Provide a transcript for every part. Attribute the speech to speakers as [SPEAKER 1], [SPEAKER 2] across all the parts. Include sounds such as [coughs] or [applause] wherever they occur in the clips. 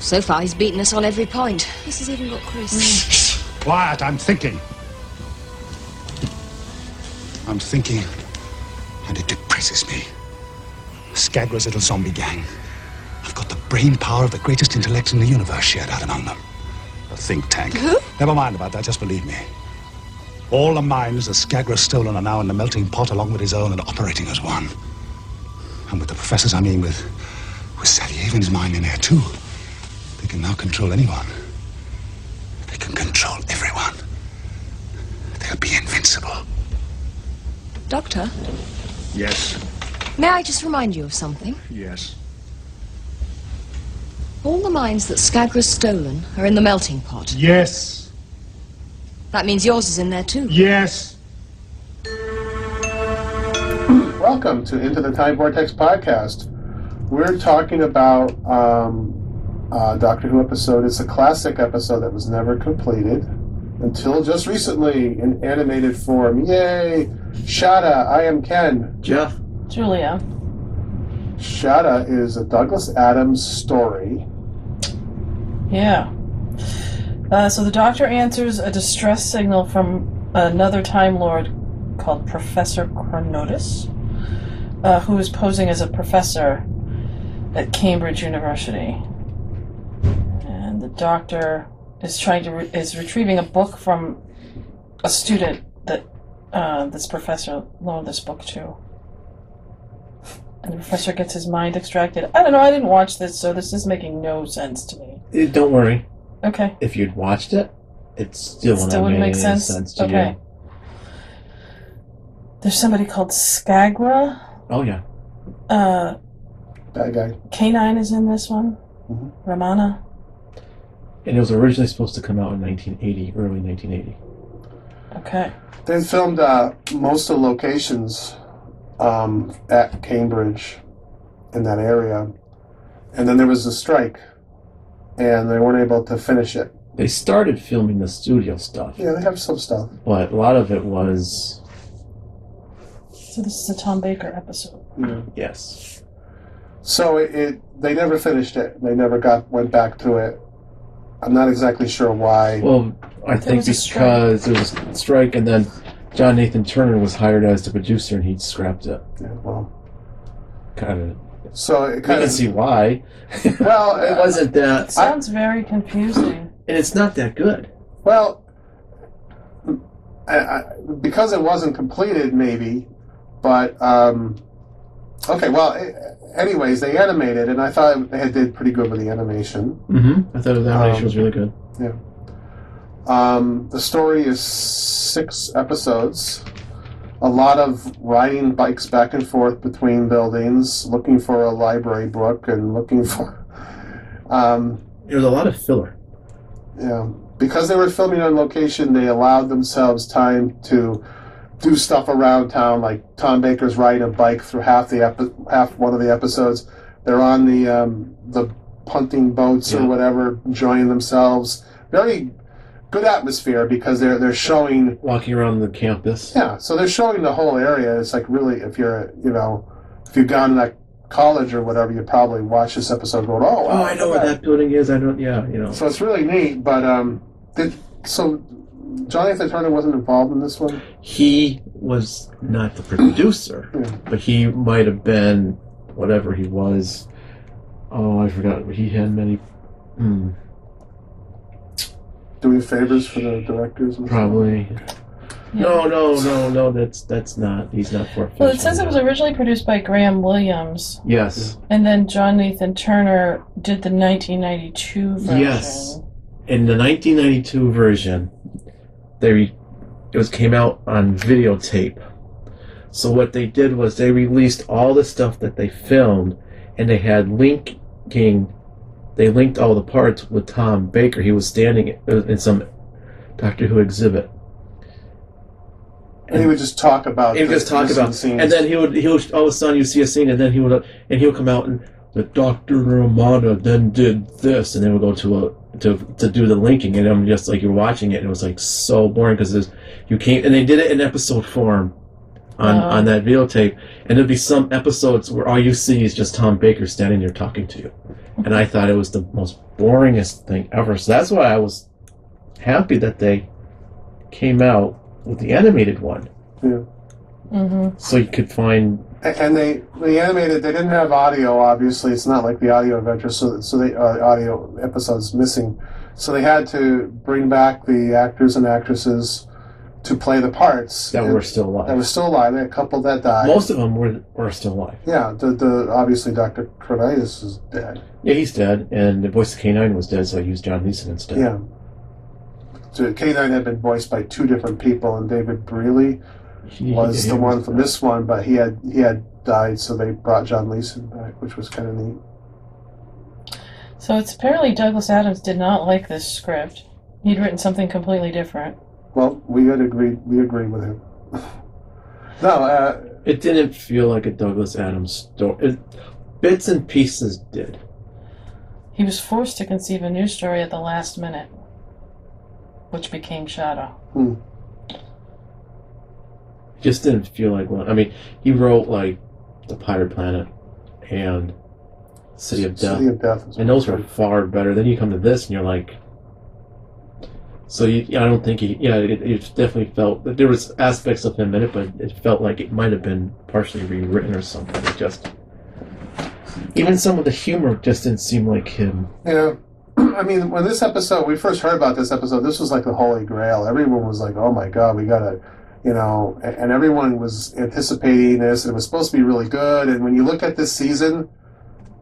[SPEAKER 1] So far, he's beaten us on every point.
[SPEAKER 2] This has even got Chris.
[SPEAKER 3] Quiet, I'm thinking. I'm thinking, and it depresses me. Skagra's little zombie gang. I've got the brain power of the greatest intellects in the universe shared out among them. A think tank. Never mind about that, just believe me. All the minds that Skagra's stolen are now in the melting pot along with his own and operating as one. And with the professors, I mean with, with Savievin's mind in there too. They can now control anyone. They can control everyone. They'll be invincible.
[SPEAKER 1] Doctor,
[SPEAKER 3] Yes,
[SPEAKER 1] may I just remind you of something?
[SPEAKER 3] yes.
[SPEAKER 1] All the mines that Skagra's stolen are in the melting pot.
[SPEAKER 3] Yes,
[SPEAKER 1] That means yours is in there too.
[SPEAKER 3] yes.
[SPEAKER 4] Welcome to Into the Time Vortex podcast. We're talking about um, uh, Doctor Who episode. It's a classic episode that was never completed until just recently in animated form. Yay! Shada, I am Ken.
[SPEAKER 5] Jeff,
[SPEAKER 6] Julia.
[SPEAKER 4] Shada is a Douglas Adams story.
[SPEAKER 6] Yeah. Uh, so the doctor answers a distress signal from another Time Lord called Professor Cornotus, uh, who is posing as a professor at Cambridge University. And the doctor is trying to re- is retrieving a book from a student that uh, this professor loaned this book to. And the professor gets his mind extracted. I don't know. I didn't watch this, so this is making no sense to me.
[SPEAKER 5] eh, don't worry.
[SPEAKER 6] Okay.
[SPEAKER 5] If you'd watched it, it still,
[SPEAKER 6] It still wouldn't make
[SPEAKER 5] make
[SPEAKER 6] sense?
[SPEAKER 5] to
[SPEAKER 6] Okay.
[SPEAKER 5] you.
[SPEAKER 6] There's somebody called Skagra.
[SPEAKER 5] Oh yeah,
[SPEAKER 6] Uh,
[SPEAKER 4] Bad guy.
[SPEAKER 6] K9 is in this one.
[SPEAKER 4] Mhm.
[SPEAKER 6] Romana.
[SPEAKER 5] and it was originally supposed to come out in 1980, early 1980.
[SPEAKER 6] Okay.
[SPEAKER 4] They filmed uh, most of the locations um, at Cambridge in that area. And then there was a strike, and they weren't able to finish it.
[SPEAKER 5] They started filming the studio stuff,
[SPEAKER 4] Yeah, they have some stuff.
[SPEAKER 5] but a lot of it was
[SPEAKER 6] So this is a Tom Baker episode.
[SPEAKER 5] yes.
[SPEAKER 4] So it, it they never finished it. They never got went back to it. I'm not exactly sure why.
[SPEAKER 5] Well, I think
[SPEAKER 6] was a
[SPEAKER 5] because there was a strike, and then John Nathan Turner was hired as the producer, and he scrapped it.
[SPEAKER 4] Yeah, well,
[SPEAKER 5] Kind of.
[SPEAKER 4] so it
[SPEAKER 5] I
[SPEAKER 4] kind
[SPEAKER 5] can
[SPEAKER 4] of
[SPEAKER 5] see why.
[SPEAKER 4] well,
[SPEAKER 5] [laughs]
[SPEAKER 4] it
[SPEAKER 5] it
[SPEAKER 4] was
[SPEAKER 5] wasn't that,
[SPEAKER 6] Sounds very confusing.
[SPEAKER 5] and it's not that good.
[SPEAKER 4] well I, I, because it wasn't completed, maybe. But um, okay, well, a- anyways, they animated, and I thought they did pretty good with the animation.
[SPEAKER 5] Mm-hmm. I thought the animation was really good.
[SPEAKER 4] Um, the story is six episodes. A lot of riding bikes back and forth between buildings, looking for a library book and looking for. [laughs] Um,
[SPEAKER 5] There was a lot of filler.
[SPEAKER 4] yeah. Because they were filming on location, they allowed themselves time to do stuff around town, like Tom Baker's riding a bike through half the epi- half one of the episodes. They're on the um, the punting boats
[SPEAKER 5] Yeah.
[SPEAKER 4] or whatever, enjoying themselves. Very good atmosphere because they're they're showing
[SPEAKER 5] Walking around the campus.
[SPEAKER 4] yeah, so they're showing the whole area. It's like really, if you're, you know, if you've gone to that college or whatever, you probably watch this episode going, oh,
[SPEAKER 5] Oh, I know where that building is. I don't. Yeah, you know.
[SPEAKER 4] So it's really neat, but um, did so Jonathan Turner wasn't involved in this one.
[SPEAKER 5] He was not the producer,
[SPEAKER 4] Yeah.
[SPEAKER 5] but he might have been whatever he was. Oh, I forgot. He had many. Hmm,
[SPEAKER 4] Doing favors for the directors. And
[SPEAKER 5] probably. No, no, no, no. That's that's not. He's not for.
[SPEAKER 6] Well, it says it was originally produced by Graham Williams,
[SPEAKER 5] Yes,
[SPEAKER 6] and then John Nathan Turner did the 1992 version.
[SPEAKER 5] Yes. in the 1992 version, they re- it was came out on videotape. So what they did was they released all the stuff that they filmed, and they had linking. They linked all the parts with Tom Baker. He was standing uh, in some Doctor Who exhibit.
[SPEAKER 4] And he would just talk about.
[SPEAKER 5] He would
[SPEAKER 4] the-
[SPEAKER 5] just talk
[SPEAKER 4] the
[SPEAKER 5] about,
[SPEAKER 4] scenes.
[SPEAKER 5] and then he would he would all of a sudden you see a scene, and then he would and he would come out and the Doctor Romana then did this, and they would go to a to to do the linking, and I'm just like you're watching it, and it was like so boring because you came and they did it in episode form. On,
[SPEAKER 6] Oh.
[SPEAKER 5] on that videotape, and there'd be some episodes where all you see is just Tom Baker standing there talking to you, and I thought it was the most boringest thing ever. So that's why I was happy that they came out with the animated one,
[SPEAKER 4] Yeah.
[SPEAKER 6] Mm-hmm.
[SPEAKER 5] so you could find
[SPEAKER 4] A- And they they animated. They didn't have audio. Obviously, it's not like the audio adventure. So so the uh, audio episodes missing. So they had to bring back the actors and actresses to play the parts
[SPEAKER 5] that
[SPEAKER 4] and-
[SPEAKER 5] were still alive.
[SPEAKER 4] that were still alive. They had a couple that died.
[SPEAKER 5] Most of them were were still alive.
[SPEAKER 4] yeah, the, the obviously Dr. Cronitis is dead.
[SPEAKER 5] Yeah, he's dead, and the voice of K9 was dead, so I used John Leeson instead.
[SPEAKER 4] Yeah. So K9 had been voiced by two different people, and David Brealey
[SPEAKER 5] He-
[SPEAKER 4] was
[SPEAKER 5] he-
[SPEAKER 4] the
[SPEAKER 5] he
[SPEAKER 4] one
[SPEAKER 5] was
[SPEAKER 4] from
[SPEAKER 5] dead.
[SPEAKER 4] this one, but he had he had died, so they brought John Leeson back, which was kind of neat.
[SPEAKER 6] So it's apparently Douglas Adams did not like this script. He'd written something completely different.
[SPEAKER 4] Well, we had agreed. We agreed with him. [laughs] no, uh,
[SPEAKER 5] It didn't feel like a Douglas Adams story. It, bits and pieces did.
[SPEAKER 6] He was forced to conceive a new story at the last minute, which became Shadow. [laughs]
[SPEAKER 5] It just didn't feel like one. I mean, he wrote like The Pirate Planet and City of Death,
[SPEAKER 4] City of Death. was
[SPEAKER 5] and those were far better. Then you come to this, and you're like, so you, I don't think he. Yeah, it, it definitely felt that there was aspects of him in it, but it felt like it might have been partially rewritten or something. It just even some of the humor just didn't seem like him.
[SPEAKER 4] Yeah. [clears throat] I mean, when this episode, we first heard about this episode, this was like the Holy Grail. Everyone was like, oh my God, we got to, you know, a- and everyone was anticipating this. It was supposed to be really good. And when you look at this season,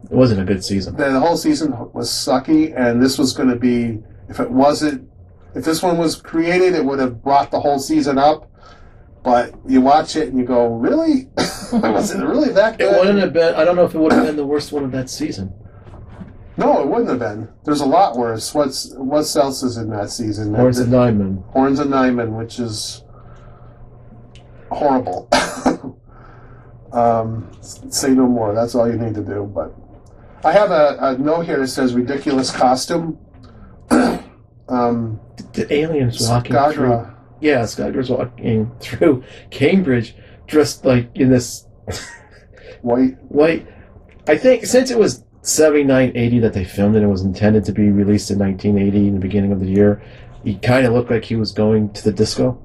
[SPEAKER 5] It wasn't a good season.
[SPEAKER 4] the, the whole season was sucky. And this was going to be, if it wasn't, if this one was created, it would have brought the whole season up. But you watch it and you go, really? [laughs] was it really that
[SPEAKER 5] It
[SPEAKER 4] good?
[SPEAKER 5] wouldn't have been. I don't know if it would have been the worst one of that season.
[SPEAKER 4] No, it wouldn't have been. There's a lot worse. What's what else is in that season?
[SPEAKER 5] Lawrence and Nyman.
[SPEAKER 4] Horns and Nyman, which is horrible. [coughs] um, s- say no more. That's all you need to do. But I have a, a note here that says ridiculous costume. [coughs] um,
[SPEAKER 5] The aliens walking through.
[SPEAKER 4] Skadra.
[SPEAKER 5] Yeah, Skadra's walking through [laughs] Cambridge dressed like in this
[SPEAKER 4] White.
[SPEAKER 5] white. I think since it was 79, 80 that they filmed it, it was intended to be released in 1980 in the beginning of the year. He kind of looked like he was going to the disco.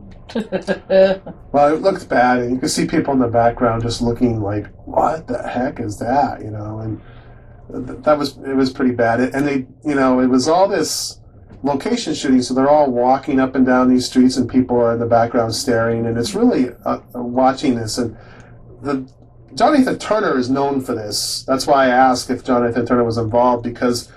[SPEAKER 4] Well, it looked bad, and you could see people in the background just looking like, "What the heck is that?" You know, and th- that was it was pretty bad. It, and they, you know, it was all this location shooting, so they're all walking up and down these streets, and people are in the background staring, and it's really uh, uh, watching this. And the Jonathan Turner is known for this. That's why I asked if Jonathan Turner was involved because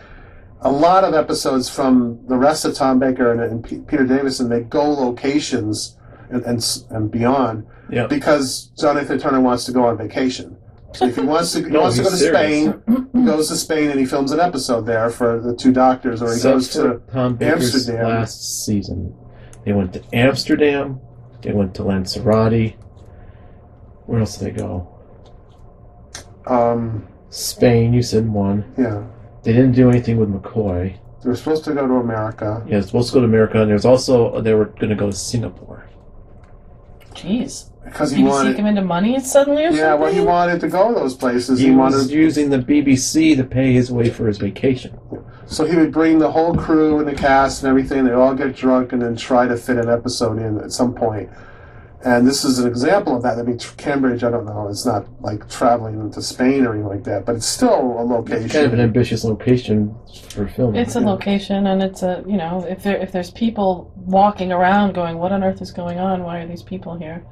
[SPEAKER 4] a lot of episodes from the rest of Tom Baker and, and P- Peter Davison they go locations and and, s- and beyond
[SPEAKER 5] Yeah.
[SPEAKER 4] because Jonathan Turner wants to go on vacation. So if he wants to, he
[SPEAKER 5] [laughs] No,
[SPEAKER 4] wants to go
[SPEAKER 5] he's
[SPEAKER 4] to
[SPEAKER 5] serious.
[SPEAKER 4] Spain, he goes to Spain and he films an episode there for the two doctors, or he
[SPEAKER 5] Except
[SPEAKER 4] goes
[SPEAKER 5] for
[SPEAKER 4] to
[SPEAKER 5] Tom Baker's
[SPEAKER 4] Amsterdam.
[SPEAKER 5] last season. They went to Amsterdam. They went to Lanzarote. Where else did they go?
[SPEAKER 4] um,
[SPEAKER 5] Spain, you said one.
[SPEAKER 4] yeah.
[SPEAKER 5] They didn't do anything with McCoy.
[SPEAKER 4] They were supposed to go to America.
[SPEAKER 5] Yeah, they were supposed to go to America, and there was also they were going to go to Singapore.
[SPEAKER 6] Jeez.
[SPEAKER 4] because he
[SPEAKER 6] Did you sneak
[SPEAKER 4] wanted.
[SPEAKER 6] him into money suddenly or
[SPEAKER 4] Yeah,
[SPEAKER 6] something?
[SPEAKER 4] well, he wanted to go to those places. He,
[SPEAKER 5] He was
[SPEAKER 4] wanted,
[SPEAKER 5] using the BBC to pay his way for his vacation.
[SPEAKER 4] so he would bring the whole crew and the cast and everything. They all get drunk and then try to fit an episode in at some point. And this is an example of that. I mean, tr- Cambridge, I don't know, it's not like traveling to Spain or anything like that, but it's still a location.
[SPEAKER 5] It's kind of an ambitious location for filming.
[SPEAKER 6] It's a location, and it's a you know if there if there's people walking around going, what on earth is going on? Why are these people here?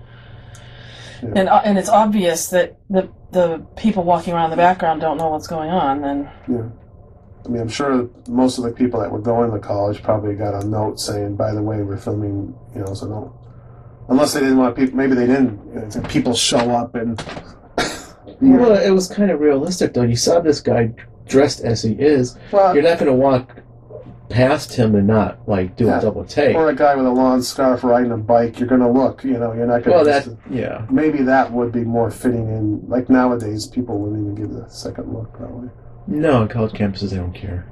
[SPEAKER 4] Yeah.
[SPEAKER 6] And uh, and it's obvious that the the people walking around in the background don't know what's going on. Then
[SPEAKER 4] I mean, I'm sure most of the people that were going to college probably got a note saying, "By the way, we're filming," you know. So don't, unless they didn't want people. Maybe they didn't. you know, if people show up and
[SPEAKER 5] Well, it was kind of realistic though. You saw this guy dressed as he is.
[SPEAKER 4] well,
[SPEAKER 5] You're not going to walk past him and not like do
[SPEAKER 4] Yeah.
[SPEAKER 5] a double take.
[SPEAKER 4] or a guy with a long scarf riding a bike, you're gonna look. You know, you're not gonna.
[SPEAKER 5] Well, that
[SPEAKER 4] just-
[SPEAKER 5] yeah.
[SPEAKER 4] maybe that would be more fitting in. Like nowadays, people wouldn't even give it a second look probably.
[SPEAKER 5] No, on college campuses they don't care.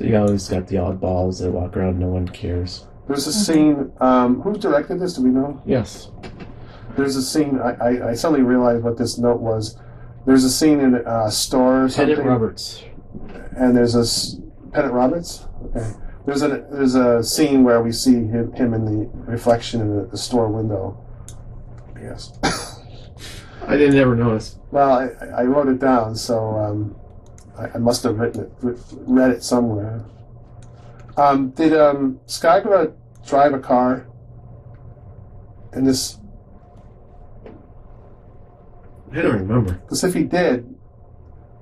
[SPEAKER 5] You always got the oddballs that walk around. No one cares.
[SPEAKER 4] There's a scene. Um, who directed this? Do we know?
[SPEAKER 5] Yes.
[SPEAKER 4] There's a scene. I, I, I suddenly realized what this note was. There's a scene in a uh, store. or
[SPEAKER 5] Teddy
[SPEAKER 4] something.
[SPEAKER 5] Roberts.
[SPEAKER 4] and there's a s- Pennant Roberts. Okay, there's a there's a scene where we see him, him in the reflection in the, the store window. Yes.
[SPEAKER 5] I didn't ever notice.
[SPEAKER 4] Well, I, I wrote it down, so um, I, I must have written it, re- read it somewhere. Um, did um, Skagra drive a car in this?
[SPEAKER 5] I don't remember.
[SPEAKER 4] Because if he did,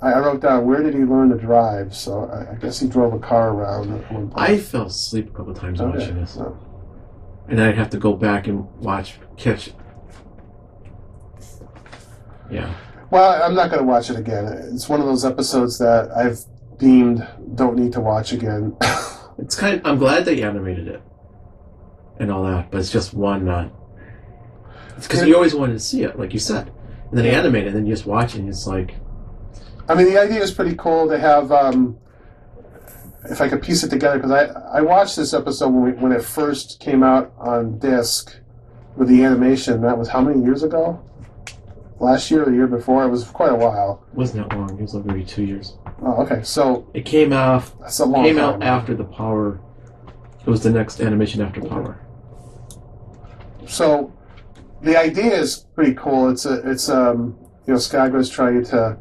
[SPEAKER 4] I, I wrote down where did he learn to drive. So I, I guess he drove a car around. At one point.
[SPEAKER 5] I fell asleep a couple times watching
[SPEAKER 4] okay.
[SPEAKER 5] this,
[SPEAKER 4] so-
[SPEAKER 5] and I'd have to go back and watch catch. Yeah,
[SPEAKER 4] Well, I'm not going to watch it again. It's one of those episodes that I've deemed don't need to watch again. [laughs]
[SPEAKER 5] it's kind. I'm glad they animated it and all that, but it's just one. Uh, it's because you always wanted to see it, like you said, and then they animate it, and then you just watch it, and it's like,
[SPEAKER 4] I mean, the idea is pretty cool. They have, um, if I could piece it together, because I, I watched this episode when, we, when it first came out on disc with the animation. That was how many years ago? Last year or the year before? It was quite a while.
[SPEAKER 5] wasn't that long? It was like maybe two years.
[SPEAKER 4] Oh, okay. So
[SPEAKER 5] It came off.
[SPEAKER 4] that's a long
[SPEAKER 5] Came
[SPEAKER 4] time.
[SPEAKER 5] out after the Power. It was the next animation after Power.
[SPEAKER 4] so the idea is pretty cool. It's a it's um you know Skagra's trying to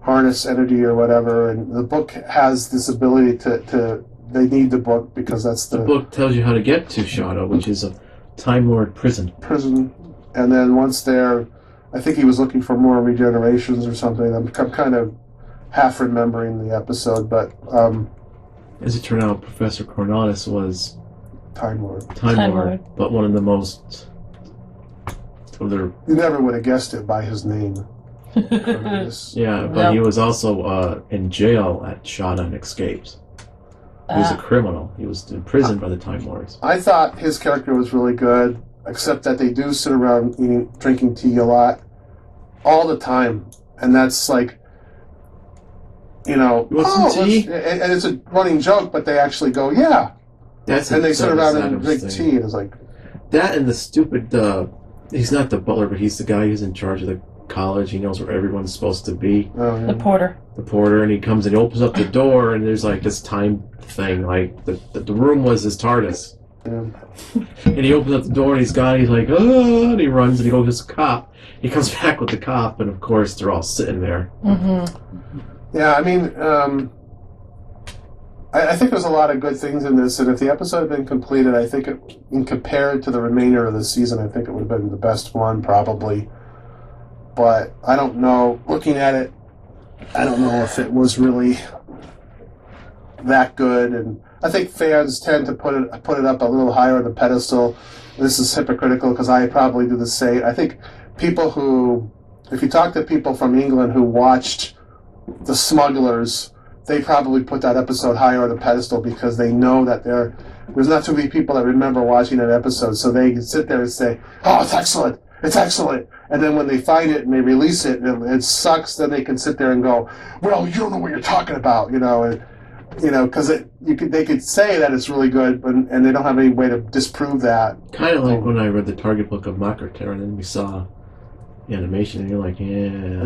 [SPEAKER 4] harness energy or whatever, and the book has this ability to to they need the book because that's the,
[SPEAKER 5] The book tells you how to get to Shadow, which is a Time Lord prison.
[SPEAKER 4] prison. And then once there, I think he was looking for more regenerations or something. I'm, I'm kind of half remembering the episode, but um,
[SPEAKER 5] As it turned out, Professor Cornelius was
[SPEAKER 4] Time Lord.
[SPEAKER 5] Time,
[SPEAKER 6] Time
[SPEAKER 5] Lord,
[SPEAKER 6] Lord.
[SPEAKER 5] but one of the most of their
[SPEAKER 4] You never would have guessed it by his
[SPEAKER 5] [laughs]
[SPEAKER 4] name. [laughs] Cornelius.
[SPEAKER 5] yeah. But
[SPEAKER 6] Yeah.
[SPEAKER 5] he was also uh, in jail at Shada and escaped. He was a
[SPEAKER 6] Ah,
[SPEAKER 5] criminal. He was imprisoned by the Time Lords.
[SPEAKER 4] I thought his character was really good, except that they do sit around eating, drinking tea a lot, all the time, and that's like, you know,
[SPEAKER 5] You want some
[SPEAKER 4] "Oh,
[SPEAKER 5] tea?"
[SPEAKER 4] let's- and, and it's a running joke, but they actually go, yeah,
[SPEAKER 5] That's
[SPEAKER 4] and
[SPEAKER 5] a
[SPEAKER 4] they sit
[SPEAKER 5] Douglas
[SPEAKER 4] around and
[SPEAKER 5] Adams
[SPEAKER 4] drink
[SPEAKER 5] thing.
[SPEAKER 4] tea, and it's like,
[SPEAKER 5] That and the stupid. Uh, he's not the butler, but he's the guy who's in charge of the college. He knows where everyone's supposed to be.
[SPEAKER 4] oh,
[SPEAKER 6] the
[SPEAKER 4] yeah.
[SPEAKER 6] porter.
[SPEAKER 5] the porter and he comes and he opens up the door and there's like this time thing like the, the, the room was his tardis
[SPEAKER 4] Yeah.
[SPEAKER 5] and he opens up the door and he's gone he's like oh and he runs and he goes to the cop he comes [laughs] back with the cop and of course they're all sitting there
[SPEAKER 6] Mm-hmm.
[SPEAKER 4] Yeah, I mean, um, I, I think there's a lot of good things in this, and if the episode had been completed, I think it, in compared to the remainder of the season, I think it would have been the best one probably. But I don't know. Looking at it, I don't know if it was really that good, and I think fans tend to put it put it up a little higher on the pedestal. This is hypocritical because I probably do the same. I think people who, if you talk to people from England who watched the smugglers, they probably put that episode higher on a pedestal because they know that there there's not too many people that remember watching that episode, so they sit there and say, "Oh, it's excellent, it's excellent." And then when they find it and they release it and it sucks, then they can sit there and go, "Well, you don't know what you're talking about," you know, and you know because you could they could say that it's really good, but and they don't have any way to disprove that.
[SPEAKER 5] kind of like when i read the target book of Makater and then we saw the animation and you're like
[SPEAKER 4] Well,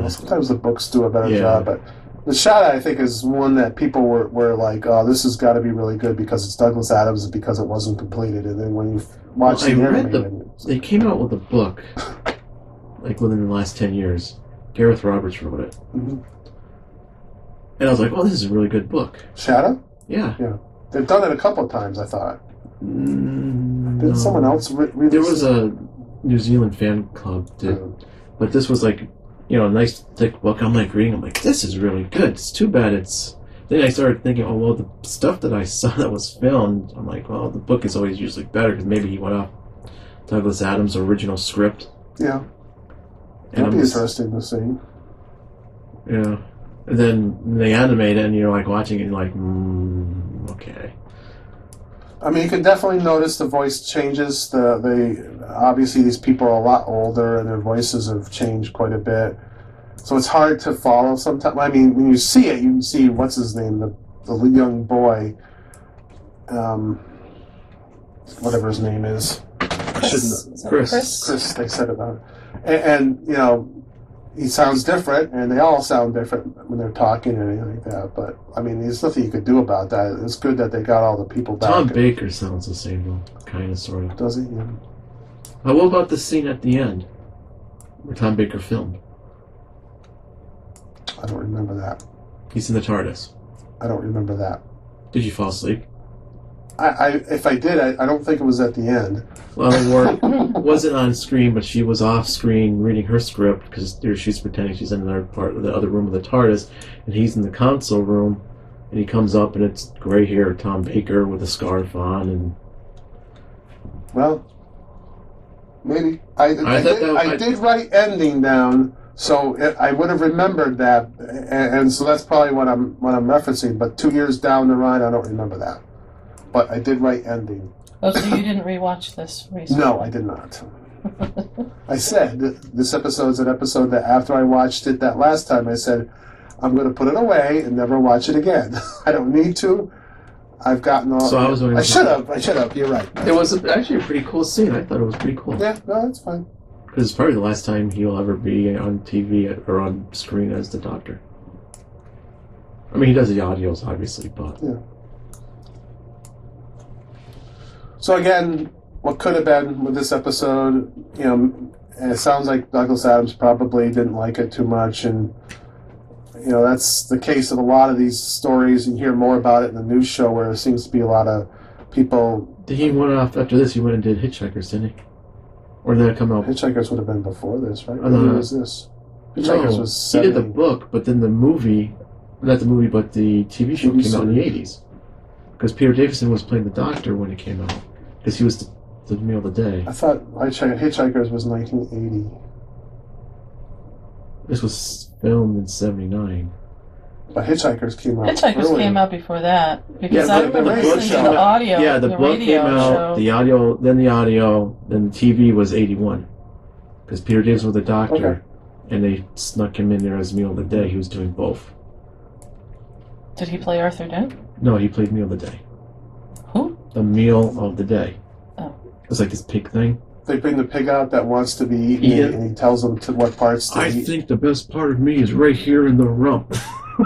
[SPEAKER 5] yeah
[SPEAKER 4] sometimes the books do a better
[SPEAKER 5] Yeah.
[SPEAKER 4] job, but the shot I think is one that people were, were like, "Oh, this has got to be really good because it's Douglas Adams and because it wasn't completed." And then when you watch
[SPEAKER 5] Well, I
[SPEAKER 4] the
[SPEAKER 5] read
[SPEAKER 4] animated,
[SPEAKER 5] they came out with a book like within the last 10 years gareth roberts wrote it
[SPEAKER 4] Mhm.
[SPEAKER 5] and i was like oh this is a really good book
[SPEAKER 4] Shadow,
[SPEAKER 5] yeah
[SPEAKER 4] they've done it a couple of times. I thought.
[SPEAKER 5] Mm,
[SPEAKER 4] Did
[SPEAKER 5] no.
[SPEAKER 4] not someone else re- read
[SPEAKER 5] There
[SPEAKER 4] this?
[SPEAKER 5] was a New Zealand fan club did,
[SPEAKER 4] Oh.
[SPEAKER 5] but this was like, you know, a nice thick book. I'm like reading. I'm like, this is really good. It's too bad it's. Then I started thinking, oh well, the stuff that I [laughs] saw that was filmed. I'm like, well, the book is always usually better because maybe he went off Douglas Adams' original script.
[SPEAKER 4] yeah, that'd
[SPEAKER 5] And I'm
[SPEAKER 4] be
[SPEAKER 5] just-
[SPEAKER 4] interesting to see.
[SPEAKER 5] Yeah. And then they animate it, and you're like watching it, and you're like, mm, okay.
[SPEAKER 4] I mean, you can definitely notice the voice changes. The they obviously these people are a lot older, and their voices have changed quite a bit. So it's hard to follow. Sometimes I mean, when you see it, you can see what's his name, the the young boy, um, whatever his name is. I shouldn't
[SPEAKER 6] Is that
[SPEAKER 5] Chris.
[SPEAKER 4] Chris. They said about it, and, and you know, he sounds different, and they all sound different when they're talking and anything like that. But I mean, there's nothing you could do about that. It's good that they got all the people back.
[SPEAKER 5] Tom Baker sounds the same though, kind of, sort of.
[SPEAKER 4] Does he? Yeah.
[SPEAKER 5] Now, what about the scene at the end where Tom Baker filmed?
[SPEAKER 4] I don't remember that.
[SPEAKER 5] He's in the TARDIS.
[SPEAKER 4] I don't remember that.
[SPEAKER 5] Did you fall asleep?
[SPEAKER 4] I, I if I did, I, I don't think it was at the end.
[SPEAKER 5] Well, Ward wasn't on screen, but she was off screen reading her script because she's pretending she's in another part of the other room of the TARDIS, and he's in the console room, and he comes up and it's gray hair Tom Baker with a scarf on, and
[SPEAKER 4] Well, maybe I I,
[SPEAKER 5] I thought
[SPEAKER 4] did,
[SPEAKER 5] that-
[SPEAKER 4] I,
[SPEAKER 5] I-
[SPEAKER 4] did write ending down, so it, I would have remembered that, and, and so that's probably what I'm what I'm referencing. But two years down the line, I don't remember that. But I did write ending.
[SPEAKER 6] Oh, so you didn't rewatch this recently?
[SPEAKER 4] No, I did not. I said th- this episode's an episode that after I watched it that last time, I said I'm going to put it away and never watch it again. [laughs] I don't need to. I've gotten all.
[SPEAKER 5] So I was wondering-
[SPEAKER 4] I should have. I should have. You're right.
[SPEAKER 5] it was actually a pretty cool scene. I thought it was pretty cool.
[SPEAKER 4] Yeah, no, that's fine.
[SPEAKER 5] Because it's probably the last time he'll ever be on TV or on screen as the Doctor. I mean, he does the audios, obviously, but
[SPEAKER 4] So again, what could have been with this episode, you know, and it sounds like Douglas Adams probably didn't like it too much, and you know that's the case of a lot of these stories. You hear more about it in the news show, where there seems to be a lot of people.
[SPEAKER 5] he went off after this. He went and did Hitchhikers, didn't he? Or did that come out?
[SPEAKER 4] Hitchhikers would have been before this, right?
[SPEAKER 5] Uh,
[SPEAKER 4] What year was this? Hitchhikers
[SPEAKER 5] No,
[SPEAKER 4] was
[SPEAKER 5] he did
[SPEAKER 4] seventy.
[SPEAKER 5] the book, but then the movie, not the movie, but the TV show
[SPEAKER 4] TV
[SPEAKER 5] came out in the
[SPEAKER 4] series.
[SPEAKER 5] eighties. Because Peter Davison was playing the Doctor when it came out, because he was the, the meal of the day.
[SPEAKER 4] I thought I checked- Hitchhikers was nineteen eighty.
[SPEAKER 5] This was filmed in '79.
[SPEAKER 4] But Hitchhikers came out.
[SPEAKER 6] Hitchhikers
[SPEAKER 4] early.
[SPEAKER 6] came out before that because I
[SPEAKER 4] but the
[SPEAKER 6] remember
[SPEAKER 4] radio
[SPEAKER 6] listening to
[SPEAKER 4] show-
[SPEAKER 6] the audio.
[SPEAKER 5] Yeah, the, book came
[SPEAKER 6] radio show.
[SPEAKER 5] out. The audio, then the audio, then the TV was '81, because Peter Davison was the Doctor, and they snuck him in there as meal of the day. He was doing both.
[SPEAKER 6] Did he play Arthur Dent?
[SPEAKER 5] No, he played meal of the day.
[SPEAKER 6] Who?
[SPEAKER 5] The meal of the day.
[SPEAKER 6] Oh.
[SPEAKER 5] It was like this pig thing.
[SPEAKER 4] They bring the pig out that wants to be eaten,
[SPEAKER 5] Yeah.
[SPEAKER 4] and he tells them to what parts to
[SPEAKER 5] I
[SPEAKER 4] eat.
[SPEAKER 5] think the best part of me is right here in the rump.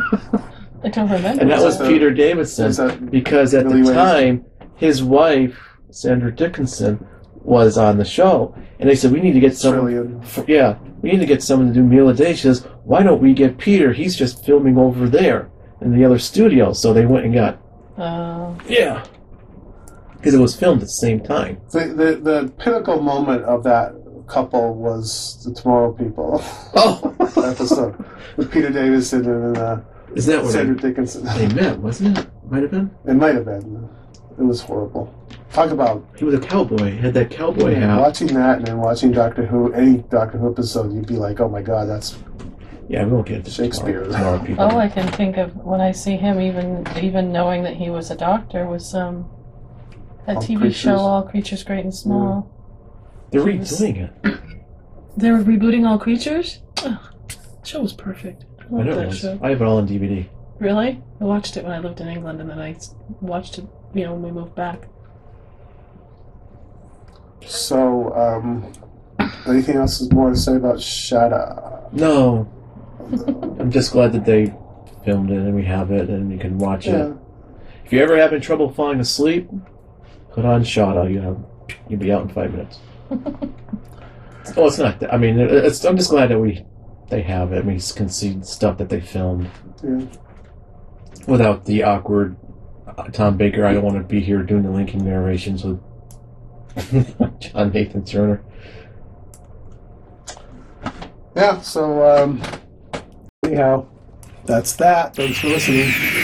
[SPEAKER 6] I don't remember.
[SPEAKER 5] and that was
[SPEAKER 4] So-
[SPEAKER 5] Peter
[SPEAKER 4] Is
[SPEAKER 5] Davidson
[SPEAKER 4] that-
[SPEAKER 5] because at
[SPEAKER 4] Billy
[SPEAKER 5] the
[SPEAKER 4] Wayne?
[SPEAKER 5] time his wife Sandra Dickinson was on the show, and they said we need to get someone.
[SPEAKER 4] Trillion.
[SPEAKER 5] f- Yeah, we need to get someone to do meal a day. She says, why don't we get Peter? He's just filming over there in the other studio. So they went and got
[SPEAKER 6] Uh,
[SPEAKER 5] yeah, because it was filmed at the same time.
[SPEAKER 4] The, the the pinnacle moment of that couple was the Tomorrow People [laughs]
[SPEAKER 5] Oh,
[SPEAKER 4] episode
[SPEAKER 5] [laughs]
[SPEAKER 4] with Peter Davison and uh,
[SPEAKER 5] is that what
[SPEAKER 4] Sandra
[SPEAKER 5] they-
[SPEAKER 4] Dickinson.
[SPEAKER 5] they [laughs] met? Wasn't it? Might have been.
[SPEAKER 4] It might have been. It was horrible. Talk about
[SPEAKER 5] He was a cowboy. He had that cowboy hat.
[SPEAKER 4] watching that and then watching Doctor Who, any Doctor Who episode, you'd be like, oh my god, that's
[SPEAKER 5] Yeah, we won't get into
[SPEAKER 4] Shakespeare.
[SPEAKER 5] Tomorrow, tomorrow people.
[SPEAKER 6] all Oh, I can think of when I see him, even even knowing that he was a doctor, was um, that
[SPEAKER 4] All
[SPEAKER 6] TV show
[SPEAKER 4] Creatures?
[SPEAKER 6] All Creatures Great and Small.
[SPEAKER 5] They're redoing it.
[SPEAKER 6] They were rebooting All Creatures. Oh, show was perfect. I
[SPEAKER 5] I
[SPEAKER 6] love
[SPEAKER 5] know. it
[SPEAKER 6] that
[SPEAKER 5] was.
[SPEAKER 6] show.
[SPEAKER 5] I have it all on DVD.
[SPEAKER 6] Really? I watched it when I lived in England, and then I s- watched it, you know, when we moved back.
[SPEAKER 4] so. Um, anything else is more to say about Shada?
[SPEAKER 6] [laughs]
[SPEAKER 5] No, I'm just glad that they filmed it and we have it and you can watch
[SPEAKER 4] Yeah.
[SPEAKER 5] it. If you're ever having trouble falling asleep, put on Shada. You know, you'll be out in
[SPEAKER 6] [laughs]
[SPEAKER 5] five minutes. oh, it's not. That. I mean, it- it's, I'm just glad that we they have it. and We can see stuff that they filmed
[SPEAKER 4] yeah.
[SPEAKER 5] without the awkward uh, Tom Baker. I don't want to be here doing the linking narrations with [laughs] John Nathan Turner.
[SPEAKER 4] Yeah, so um, anyhow, that's that. Thanks for listening.